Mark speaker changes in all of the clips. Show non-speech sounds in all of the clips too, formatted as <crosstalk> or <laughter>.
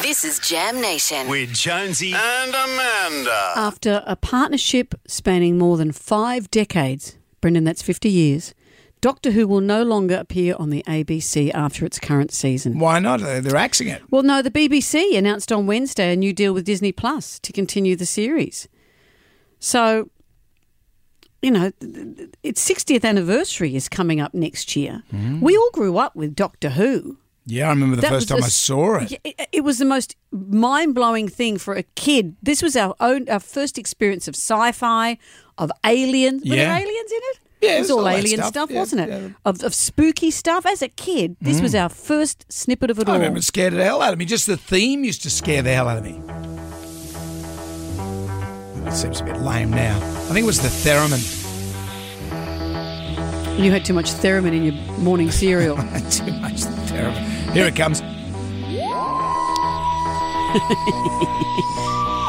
Speaker 1: This is Jam Nation.
Speaker 2: with Jonesy.
Speaker 3: Uh,
Speaker 4: and Amanda.
Speaker 3: After a partnership spanning more than five decades, Brendan, that's 50 years, Doctor Who will no longer appear on the ABC after its current season.
Speaker 5: Why not? They're, they're axing it.
Speaker 3: Well, no, the BBC announced on Wednesday a new deal with Disney Plus to continue the series. So, you know, th- th- its 60th anniversary is coming up next year. We all grew up with Doctor Who.
Speaker 5: Yeah, I remember the
Speaker 3: That
Speaker 5: first
Speaker 3: was
Speaker 5: time
Speaker 3: the
Speaker 5: I
Speaker 3: s-
Speaker 5: saw it.
Speaker 3: Yeah, it, it was the most mind blowing thing for a kid. This was our own our first experience of sci fi, of aliens. Were
Speaker 5: Yeah.
Speaker 3: there aliens in it?
Speaker 5: Yeah,
Speaker 3: it was all, alien stuff,
Speaker 5: yeah,
Speaker 3: wasn't it?
Speaker 5: yeah. Mm.
Speaker 3: Of, of spooky stuff. As a kid, this was our first snippet of it
Speaker 5: I
Speaker 3: all.
Speaker 5: remember it scared the hell out of me. Just the theme used to scare the hell out of me. It seems a bit lame now. I think it was the theremin. <laughs>
Speaker 3: You had too much theremin in your
Speaker 5: <laughs>
Speaker 3: morning cereal.
Speaker 5: Too much the theremin. Here it
Speaker 3: <laughs>
Speaker 5: comes.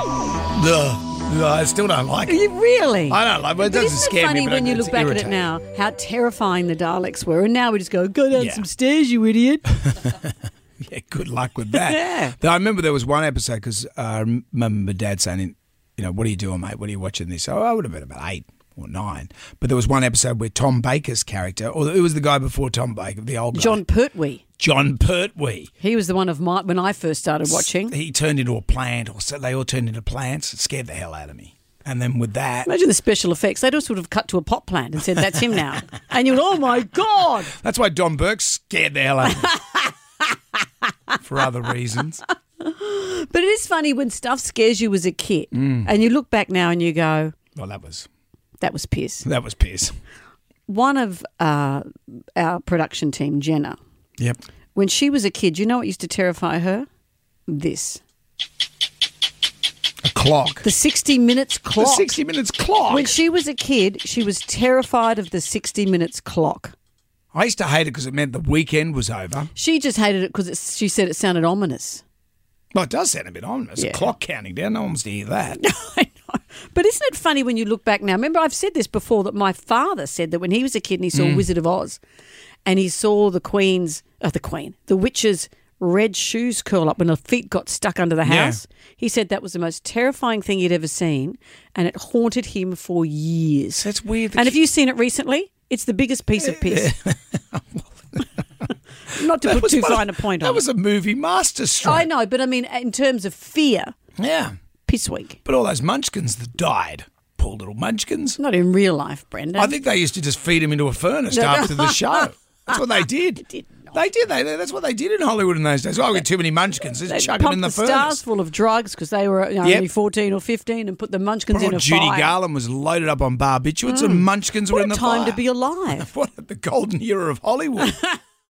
Speaker 5: Ugh. Ugh, I still don't like it.
Speaker 3: you really?
Speaker 5: I don't like it. It
Speaker 3: But
Speaker 5: doesn't
Speaker 3: isn't
Speaker 5: scare
Speaker 3: it funny
Speaker 5: me, but
Speaker 3: when
Speaker 5: it-
Speaker 3: you
Speaker 5: it's
Speaker 3: look back at
Speaker 5: irritating.
Speaker 3: it now how terrifying the Daleks were, and now we just go go down
Speaker 5: Yeah.
Speaker 3: some stairs,
Speaker 5: <laughs>
Speaker 3: you idiot.
Speaker 5: Yeah, good luck with that.
Speaker 3: <laughs> Yeah.
Speaker 5: Though I remember there was one episode because I rem- remember my dad saying, you know, what are you doing, mate? What are you watching this? Oh, I would have been about eight or nine. But there was one episode where Tom Baker's character, or it was the guy before Tom Baker, the old guy,
Speaker 3: John Pertwee,
Speaker 5: John Pertwee.
Speaker 3: he was the one of my when I first started watching.
Speaker 5: He turned into a plant, or so they all turned into plants. It scared the hell out of me. And then with that,
Speaker 3: Imagine the special effects. They just would have cut to a pot plant and said, "That's him now," and you're, "Oh my god!"
Speaker 5: that's why Don Burke scared the hell out of me.
Speaker 3: <laughs>
Speaker 5: For other reasons.
Speaker 3: But it is funny when stuff scares you as a kid, and you look back now and you go,
Speaker 5: Well, that was
Speaker 3: "That was piss."
Speaker 5: that was piss.
Speaker 3: One of uh, our production team, Jenna,
Speaker 5: Yep.
Speaker 3: when she was a kid, you know what used to terrify her? This
Speaker 5: A clock.
Speaker 3: the 60 minutes
Speaker 5: The
Speaker 3: clock.
Speaker 5: 60 minutes clock.
Speaker 3: When she was a kid, she was terrified of the 60 minutes clock.
Speaker 5: I used to hate it because it meant the weekend was over.
Speaker 3: She just hated it because she said it sounded ominous.
Speaker 5: Well, it does sound a bit ominous.
Speaker 3: Yeah.
Speaker 5: Clock counting down. No one wants to hear that.
Speaker 3: <laughs> I know. But isn't it funny when you look back now? Remember, I've said this before that my father said that when he was a kid and he saw
Speaker 5: Mm.
Speaker 3: Wizard of Oz and he saw the Queen's, uh, the Queen, the witch's red shoes curl up when her feet got stuck under the
Speaker 5: Yeah.
Speaker 3: house, he said that was the most terrifying thing he'd ever seen and it haunted him for years.
Speaker 5: So it's weird. that
Speaker 3: And have you seen it recently? It's the biggest piece of
Speaker 5: <laughs>
Speaker 3: piss. Not to
Speaker 5: that
Speaker 3: put
Speaker 5: was
Speaker 3: too
Speaker 5: one of-
Speaker 3: fine a point
Speaker 5: That
Speaker 3: on
Speaker 5: was
Speaker 3: it.
Speaker 5: a movie masterstroke.
Speaker 3: I know, but I mean, in terms of fear,
Speaker 5: Yeah.
Speaker 3: piss week.
Speaker 5: But all those munchkins that died, poor little munchkins.
Speaker 3: Not in real life, Brendan.
Speaker 5: I think they used to just feed them into a furnace after the show.
Speaker 3: <laughs>
Speaker 5: That's what they did.
Speaker 3: did not.
Speaker 5: They did. They, they- that's what they did in Hollywood in those days. Oh, we got too many munchkins.
Speaker 3: they
Speaker 5: Let's chuck
Speaker 3: pumped
Speaker 5: them in the,
Speaker 3: the,
Speaker 5: furnace.
Speaker 3: stars full of drugs because they were you know,
Speaker 5: Yep.
Speaker 3: only 14 or 15 and put the munchkins
Speaker 5: Poor
Speaker 3: in a
Speaker 5: Judy
Speaker 3: fire. Mm.
Speaker 5: Garland was loaded up on barbiturates and munchkins were
Speaker 3: What
Speaker 5: in <laughs>
Speaker 3: a
Speaker 5: the
Speaker 3: time to
Speaker 5: fire.
Speaker 3: be alive.
Speaker 5: What the golden era of Hollywood.